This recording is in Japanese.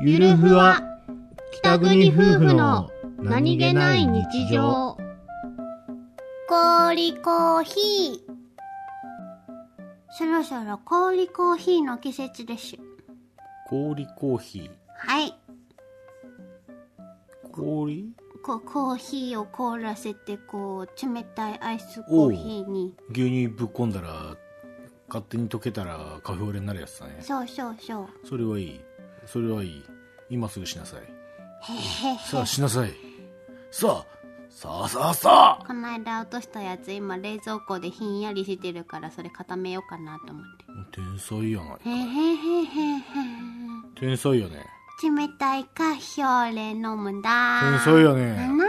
ゆるふわ北国夫婦の氷コーヒーそろそろ氷コーヒーの季節です氷コーヒはいー氷こコーヒーを凍らせてこう冷たいアイスコーヒーに牛乳ぶっ込んだら勝手に溶けたらカフェオレになるやつだねそうそうそうそれはいいそれはいい今すぐしなさいへへへさあしなさいさあさあさあさあこの間落としたやつ今冷蔵庫でひんやりしてるからそれ固めようかなと思って天才やないへへへへへ天才やね冷たいカフェオレ飲むんだ天才やなねな